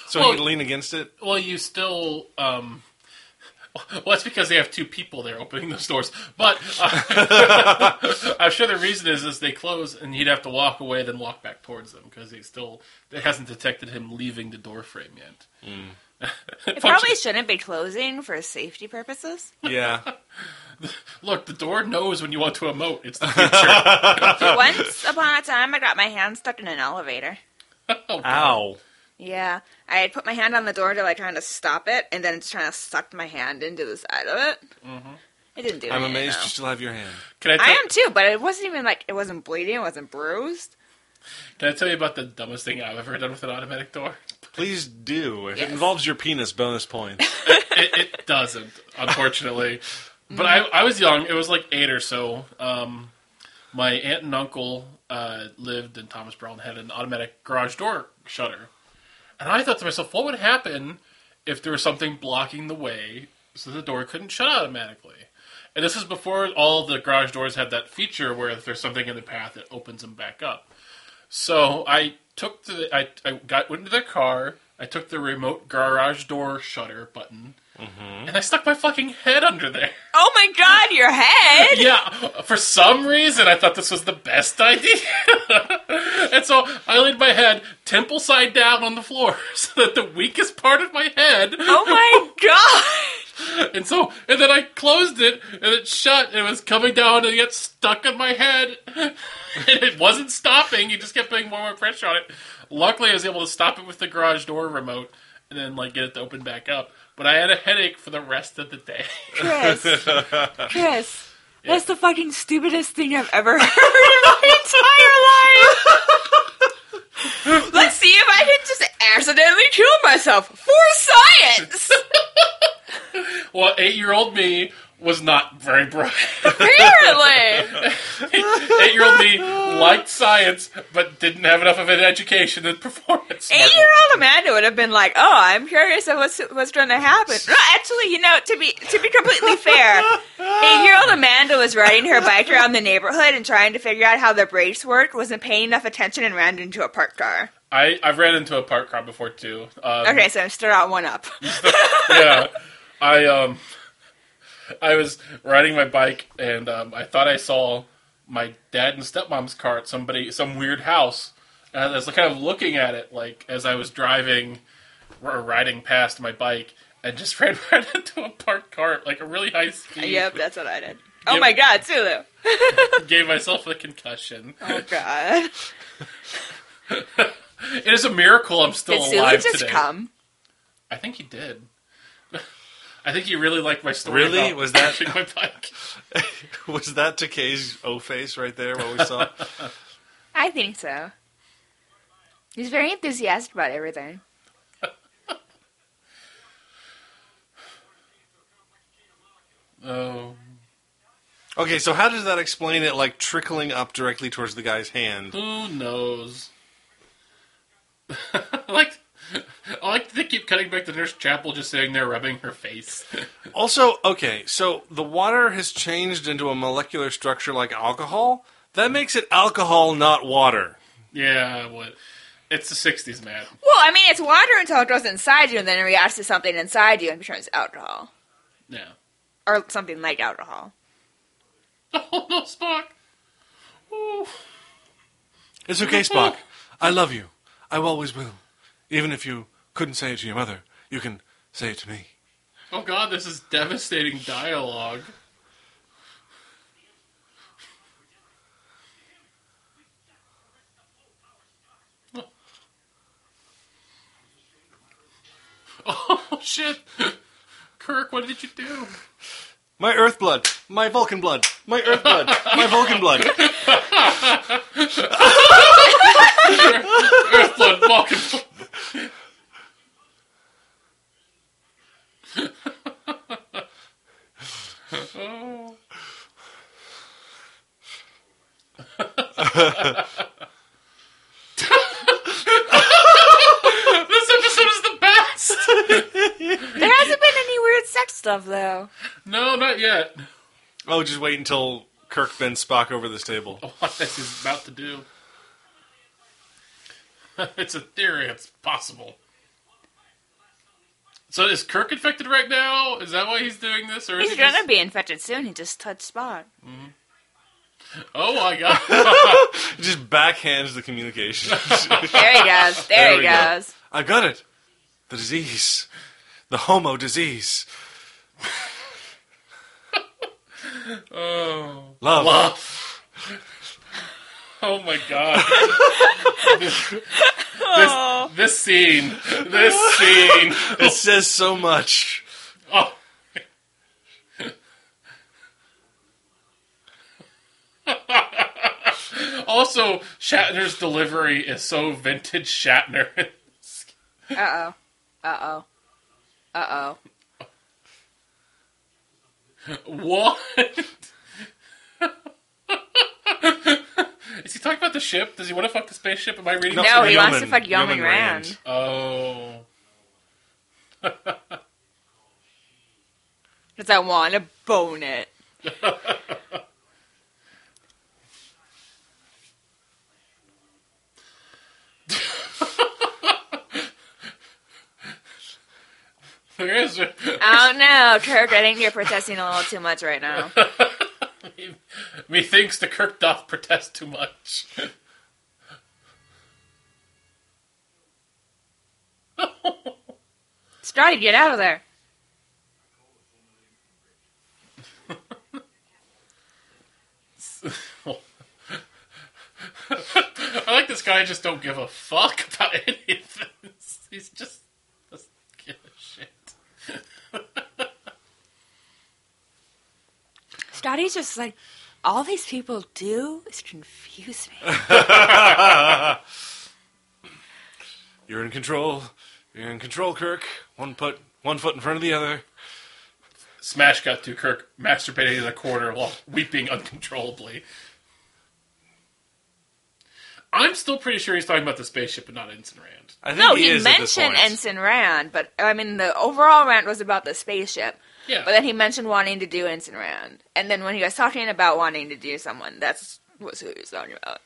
S7: so
S6: Well-
S7: you could lean against it.
S6: Well, you still. Um, (laughs) well, that's because they have two people there opening those doors. But uh, (laughs) I'm sure the reason is is they close and he'd have to walk away, then walk back towards them because they still it hasn't detected him leaving the door frame yet.
S8: It probably shouldn't be closing for safety purposes.
S7: Yeah.
S6: Look, the door knows when you want to emote. It's the future.
S8: Once upon a time, I got my hand stuck in an elevator.
S6: (laughs) Oh,
S7: Ow.
S8: Yeah, I had put my hand on the door to like trying to stop it, and then it's trying to suck my hand into the side of it. Mm-hmm. It didn't do.
S7: I'm
S8: anything,
S7: amazed
S8: though.
S7: you still have your hand.
S6: can I, tell,
S8: I am too, but it wasn't even like it wasn't bleeding, it wasn't bruised.
S6: can I tell you about the dumbest thing I've ever done with an automatic door?
S7: Please do. If
S8: Yes.
S7: it involves your penis, bonus points.
S6: (laughs) it, it doesn't, unfortunately. But I, I was young. It was like eight or so. Um, my aunt and uncle uh, lived in Thomas Brown, had an automatic garage door shutter. And I thought to myself, what would happen if there was something blocking the way so the door couldn't shut automatically? And this is before all the garage doors had that feature where if there's something in the path, it opens them back up. So I took the I, I got went into the car. I took the remote garage door shutter button, and I stuck my fucking head under there.
S8: Oh my god, your head!
S6: yeah, for some reason I thought this was the best idea, (laughs) and so I laid my head temple side down on the floor (laughs) so that the weakest part of my head
S8: Oh my god!
S6: (laughs) and so, and then I closed it, and it shut, and it was coming down, and it got stuck in my head. (laughs) and it wasn't stopping, you just kept putting more and more pressure on it. Luckily, I was able to stop it with the garage door remote, and then, like, get it to open back up. But I had a headache for the rest of the day. (laughs)
S2: Chris. Chris. That's the fucking stupidest thing I've
S8: (laughs)
S2: ever heard in my entire life.
S8: Let's see if I can just accidentally kill myself for (laughs) science!
S6: well, eight year old me was not very bright. (laughs)
S8: Apparently!
S6: eight year old me liked science, but didn't have enough of an education and performance.
S8: Eight year old Amanda would have been like, oh, I'm curious of what's, what's going to happen. No, actually, you know, to be, to be completely fair, eight year old Amanda was riding her bike around the neighborhood and trying to figure out how the brakes worked, wasn't paying enough attention, and ran into a parked car.
S6: I, I've ran into a parked car before, too. Um,
S8: Okay, so I'm still out one up.
S6: (laughs) yeah, I um, I was riding my bike and um, I thought I saw my dad and stepmom's car at somebody some weird house, and I was kind of looking at it like as I was driving or riding past my bike. and just (laughs) ran right into a parked car, at, like a really high speed.
S8: (laughs) Yep, that's what I did. Oh
S6: Yep.
S8: my god, Sulu.
S6: Gave myself a concussion.
S8: Oh god.
S6: It is a miracle I'm still
S8: Did Sulu
S6: alive
S8: just
S6: today.
S8: come?
S6: I think he did. (laughs) I think he really liked my story.
S7: Really?
S6: about
S7: Was that-
S6: crashing my bike?
S7: Was that Takei's O face right there? What
S6: (laughs)
S7: we saw?
S8: I think so. He's very enthusiastic about everything.
S6: Oh.
S7: okay, so how does that explain it? Like trickling up directly towards the guy's hand.
S6: Who knows? (laughs) I like, I like that they keep cutting back to Nurse Chapel just sitting there rubbing her face. (laughs)
S7: Also, okay, so the water has changed into a molecular structure like alcohol. That makes it alcohol, not water.
S6: yeah, what? It's the '60s, man.
S8: Well, I mean, it's water until it goes inside you and then it reacts to something inside you and becomes alcohol.
S6: Yeah. (laughs)
S8: Or something like alcohol.
S6: Oh no, Spock. Ooh.
S7: It's okay, Spock. I love you. I always will. Even if you couldn't say it to your mother, you can say it to me.
S6: Oh God, this is devastating dialogue. (laughs) Oh shit, Kirk, what did you do?
S7: My Earth blood, my Vulcan blood, my Earth blood, my Vulcan blood.
S6: Blood Vulcan. this episode is the best.
S8: There hasn't been any weird sex stuff though.
S6: No, not yet.
S7: Oh, just wait until Kirk bends Spock over this table.
S6: (laughs) What this is about to do. (laughs) it's a theory. It's possible. So is Kirk infected right now? Is that why he's doing this, or is
S8: He's
S6: he just-
S8: gonna be infected soon. He just touched Spock.
S6: (laughs) Oh my god! (laughs)
S7: Just backhands the communication.
S8: There
S7: (laughs)
S8: he goes. There,
S6: There
S8: he
S6: we go.
S8: goes.
S7: I got it. The disease. The homo
S8: (laughs)
S7: disease.
S6: oh.
S7: Love.
S6: Oh my god. (laughs) this,
S8: Oh.
S6: this, this scene. This scene.
S7: It says so much.
S6: Oh. also, Shatner's delivery is so vintage Shatner. (laughs)
S8: Uh oh. Uh oh. Uh oh.
S6: what? (laughs) is he talking about the ship? Does he want to fuck the spaceship? Am I reading
S7: No.
S6: this?
S8: No, he wants to
S7: Yeoman-
S8: fuck Yeoman
S7: Yeoman
S8: Rand.
S7: Rand.
S6: Oh. (laughs)
S8: Because I want to bone it.
S6: There is.
S8: I don't know, Kirk. I think you're protesting a little too much right
S7: (laughs)
S8: now.
S6: Methinks the Kirk doth protest too much. (laughs)
S8: Scotty, get out of there.
S6: I like this guy. Just don't give a fuck about (laughs) any of this. He's just doesn't give a shit.
S8: Scotty's just like, all these people do is confuse me.
S7: You're in control. You're in control, Kirk. One foot, one foot in front of the other.
S6: Smash got to Kirk masturbating in the corner while weeping uncontrollably. I'm still pretty sure he's talking about the spaceship and not Ensign Rand.
S7: I think
S8: No,
S7: he,
S8: he,
S7: is at this
S8: mentioned
S7: point.
S8: Ensign Rand, but I mean, the overall rant was about the spaceship.
S6: Yeah.
S8: But then he mentioned wanting to do Ensign Rand. And then when he was talking about wanting to do someone, that's what's who he was talking about.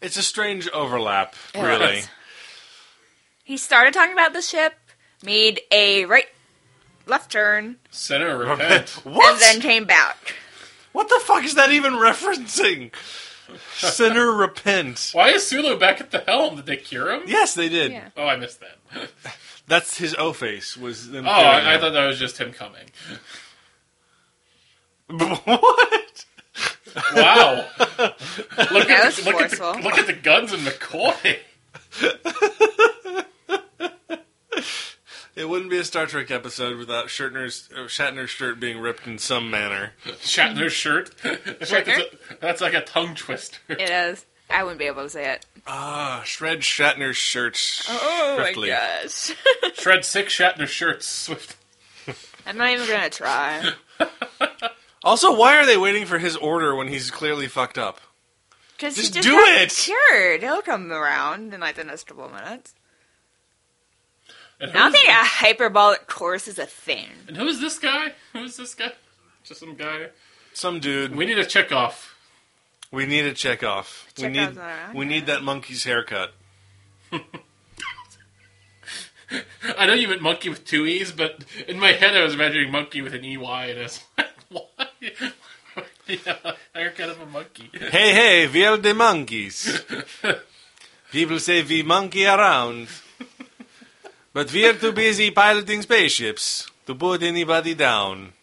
S7: It's a strange overlap,
S8: It
S7: really.
S8: was. He started talking about the ship, made a right, left turn,
S6: Center repent.
S7: (laughs)
S8: (laughs)
S7: what?
S8: and then
S7: (laughs)
S8: came back.
S7: What the fuck is that even referencing?
S8: (laughs)
S7: Sinner repent.
S6: Why is Sulu back at the helm? Did they cure him?
S7: Yes, they did.
S8: (laughs) Yeah.
S6: Oh, I missed that.
S7: That's his O face. Was them
S6: Oh, I, I thought that was just him coming.
S7: (laughs) what?
S8: (laughs)
S6: Wow. look,
S8: That
S6: at
S8: was
S6: the, look, at the,
S8: forceful.
S6: look at the guns in McCoy.
S7: It wouldn't be a Star Trek episode without Shatner's, uh, Shatner's shirt being ripped in some manner.
S6: Shatner's shirt. (laughs) That's like,
S8: Shatner?
S6: a- that's like a tongue twister.
S8: It is. I wouldn't be able to say it.
S7: Ah, shred Shatner's shirt
S8: Oh
S7: swiftly.
S8: my gosh.
S6: Shred six Shatner shirts swift.
S8: (laughs) I'm not even
S7: (laughs)
S8: gonna try.
S7: Also, why are they waiting for his order when he's clearly fucked up?
S8: Because
S7: Just
S8: he just
S7: do
S8: got
S7: it!
S8: Cured. He'll come around in like the next couple of minutes.
S6: And
S8: I don't
S6: who's,
S8: think a hyperbolic course is a thing.
S6: and who's this guy? Who's this guy? Just some guy.
S7: Some dude.
S6: We need a checkoff.
S7: We need a Chekhov. We
S8: Chekhov's
S7: need.
S8: not around
S7: We
S8: yet.
S7: need that monkey's haircut.
S6: I know you meant monkey with two e's, but in my head I was imagining monkey with an ey, and I (laughs) was like, why? yeah, haircut of a monkey.
S7: Hey, hey, we are the monkeys. People say we monkey around, but we are too busy piloting spaceships to put anybody down.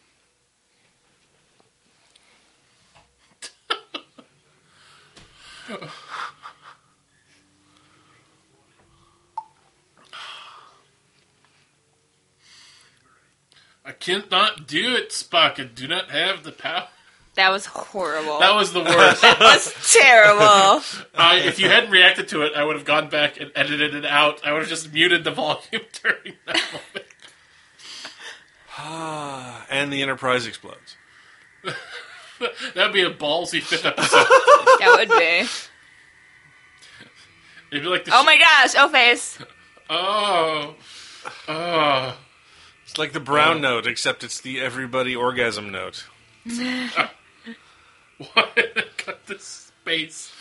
S6: I can't not do it, Spock. I do not have the power.
S8: That was horrible.
S6: That was the worst.
S7: (laughs)
S8: was terrible.
S6: I, if you hadn't reacted to it, I would have gone back and edited it out. I would have just muted the volume (laughs) during that moment.
S7: And the Enterprise explodes.
S6: That'd be a ballsy fifth episode.
S8: that would be.
S6: It'd be like the
S8: Oh
S6: sh-
S8: my gosh, O face.
S6: oh, (laughs) oh.
S7: It's like the brown note, except it's the everybody orgasm note.
S6: Why did I cut this space?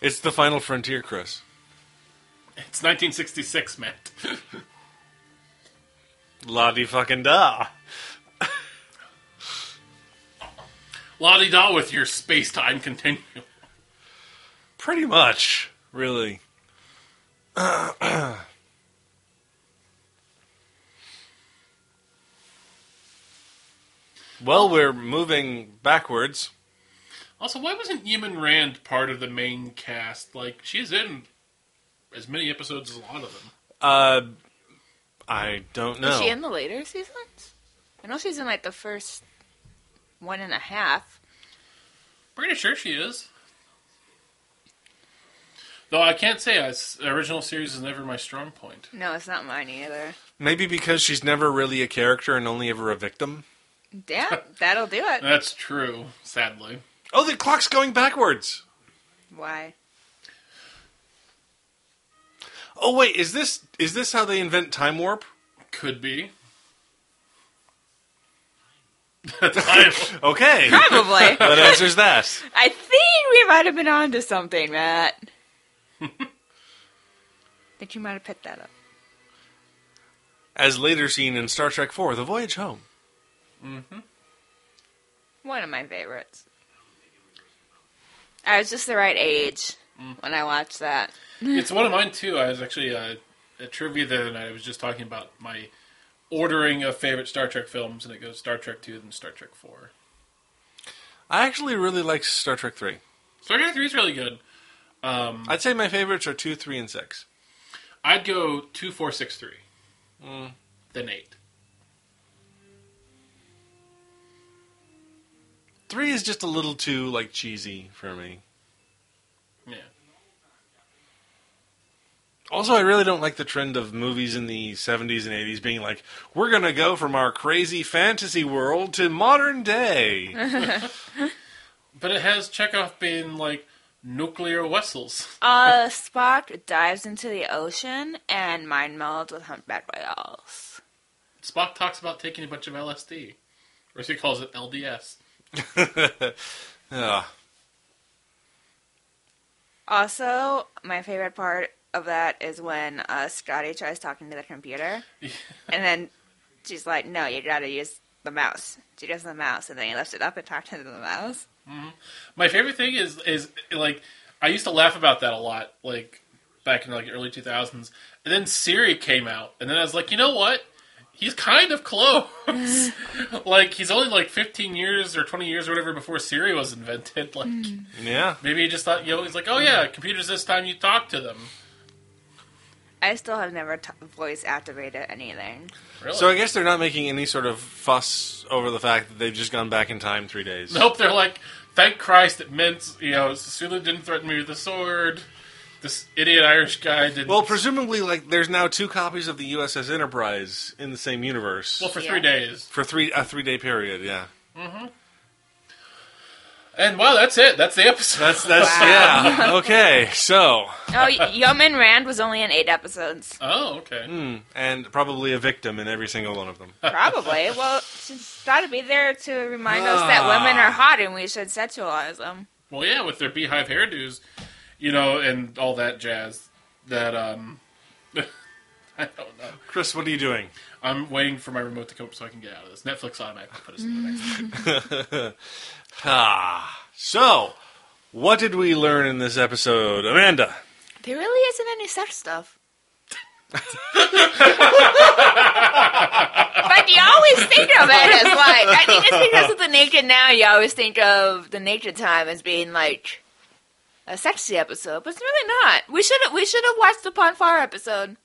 S7: It's the final frontier, Chris.
S6: It's 1966, Matt.
S7: La di fucking da.
S6: La di da with your space time continuum.
S7: Pretty much, really. (clears throat) well, we're moving backwards.
S6: Also, why wasn't Yemen Rand part of the main cast? Like, she's in as many episodes as a lot of them.
S7: Uh, I don't know.
S8: Is she in the later seasons? I know she's in like the first one and a half.
S6: Pretty sure she is. Though I can't say I, s- original series is never my strong point.
S8: No, it's not mine either.
S7: Maybe because she's never really a character and only ever a victim.
S8: Yeah, that'll do it.
S6: That's true, sadly.
S7: Oh, the clock's going backwards.
S8: Why?
S7: Oh wait, is this is this how they invent time warp?
S6: Could be. I-
S7: Okay,
S8: Probably.
S7: that answers that.
S8: (laughs) I think we might have been onto something, Matt. that you might have picked that up.
S7: As later seen in Star Trek IV: The Voyage Home.
S8: One of my favorites. I was just the right age when I watched that.
S6: it's one of mine too. I was actually uh, at trivia the other night. I was just talking about my ordering of favorite Star Trek films, and it goes Star Trek two, then Star Trek four.
S7: I actually really like Star Trek Three.
S6: Star Trek three is really good.
S7: I'd say my favorites are two, three, and six.
S6: I'd go two, four, six, three, then eight.
S7: Three is just a little too like cheesy for me.
S6: Yeah,
S7: Also, I really don't like the trend of movies in the '70s and '80s being like, "We're gonna go from our crazy fantasy world to
S6: (laughs)
S7: modern day."
S6: but it has Chekhov being like nuclear vessels.
S8: Uh, Spock dives into the ocean and mind melds with humpback whales.
S6: Spock talks about taking a bunch of LSD, or as he calls it LDS.
S7: Ugh.
S8: Also, my favorite part of that is when uh, Scotty tries talking to the computer, and then she's like, "No, you gotta use the mouse." She does the mouse, and then he lifts it up and talks to the mouse.
S6: My favorite thing is is like I used to laugh about that a lot, like back in like early two thousands. And then Siri came out, and then I was like, you know what? He's kind of close. like he's only like fifteen years or twenty years or whatever before Siri was invented. (laughs) Like
S7: yeah.
S6: maybe he just thought, you know, he's like, oh yeah, computers this time you talk to them. (laughs)
S8: I still have never t- voice activated anything.
S6: Really?
S7: So I guess they're not making any sort of fuss over the fact that they've just gone back in time three days.
S6: nope, they're like, thank Christ it meant you know Sulu didn't threaten me with a sword. This idiot Irish guy did
S7: Well, presumably, like there's now two copies of the USS Enterprise in the same universe
S6: well for
S8: Yeah.
S6: three days.
S7: for three a three day period. Yeah,
S6: And wow, that's it. That's the episode.
S7: that's
S6: (laughs)
S7: that's yeah. (laughs) Okay, so
S8: Oh, y- Yeoman Rand was only in eight episodes,
S6: oh, okay.
S7: and probably a victim in every single one of them.
S8: probably. well, she's got to be there to remind us that women are hot and we should sexualize them.
S6: Well, yeah, with their beehive hairdos, you know, and all that jazz. That um, I don't know.
S7: Chris, what are you doing?
S6: I'm waiting for my remote to come up so I can get out of this. Netflix automatically put us in the next.
S7: Ah, so what did we learn in this episode, Amanda?
S8: There really isn't any sex stuff. but you always think of it as like I think it's because of the naked now you always think of the naked time as being like a sexy episode, but it's really not. We should have we should have watched the Ponfar episode.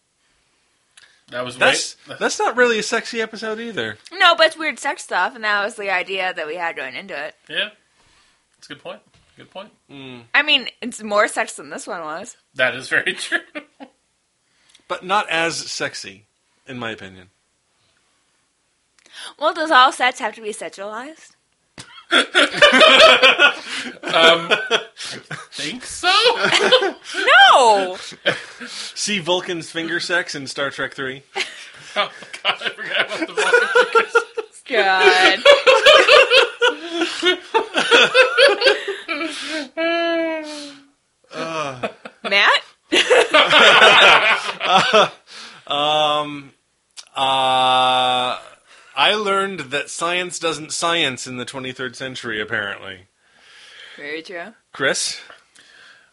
S6: That was
S7: That's
S6: way-
S7: that's not really a sexy episode either.
S8: No, but it's weird sex stuff, and that was the idea that we had going into it.
S6: yeah. That's a good point. Good point.
S8: I mean, it's more sex than this one was.
S6: That is very (laughs) true.
S7: But not as sexy, in my opinion.
S8: Well, does all sets have to be sexualized?
S6: Think (laughs) so?
S8: No!
S7: See Vulcan's finger sex in Star Trek Three.
S6: Oh god, I forgot about the Vulcan.
S8: God. Matt?
S7: Uh, I learned that science doesn't science in the 23rd century. Apparently,
S8: Very true.
S7: Chris.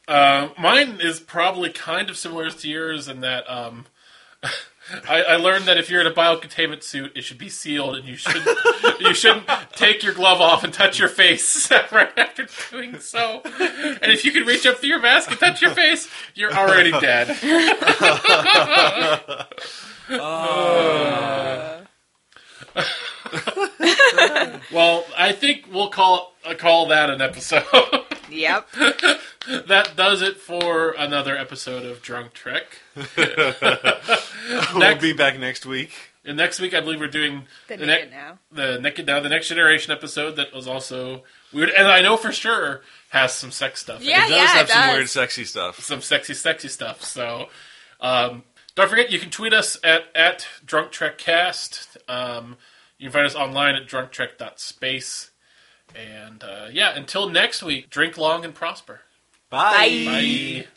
S6: Uh, mine is probably kind of similar to yours in that um, (laughs) I, I learned that if you're in a biocontainment suit, it should be sealed, and you shouldn't (laughs) you shouldn't take your glove off and touch your face (laughs) right after doing so. And if you can reach up through your mask and touch your face, you're already dead. (laughs) (laughs) well, I think we'll call uh, call that an episode. (laughs)
S8: Yep.
S6: that does it for another episode of Drunk Trek.
S7: We'll be back next week.
S6: And next week, I believe we're doing
S8: The
S6: ne-
S8: naked now.
S6: the Naked Now, the Next Generation episode that was also weird, and I know for sure has some sex stuff. in it.
S8: Yeah,
S7: it does
S8: yeah,
S7: have
S8: it
S7: some
S8: does.
S7: weird sexy stuff.
S6: some sexy, sexy stuff. So, um, don't forget you can tweet us at at Drunk Trek Cast. Um, you can find us online at drunktrek.space. And uh, yeah, until next week, drink long and prosper.
S7: Bye.
S6: Bye.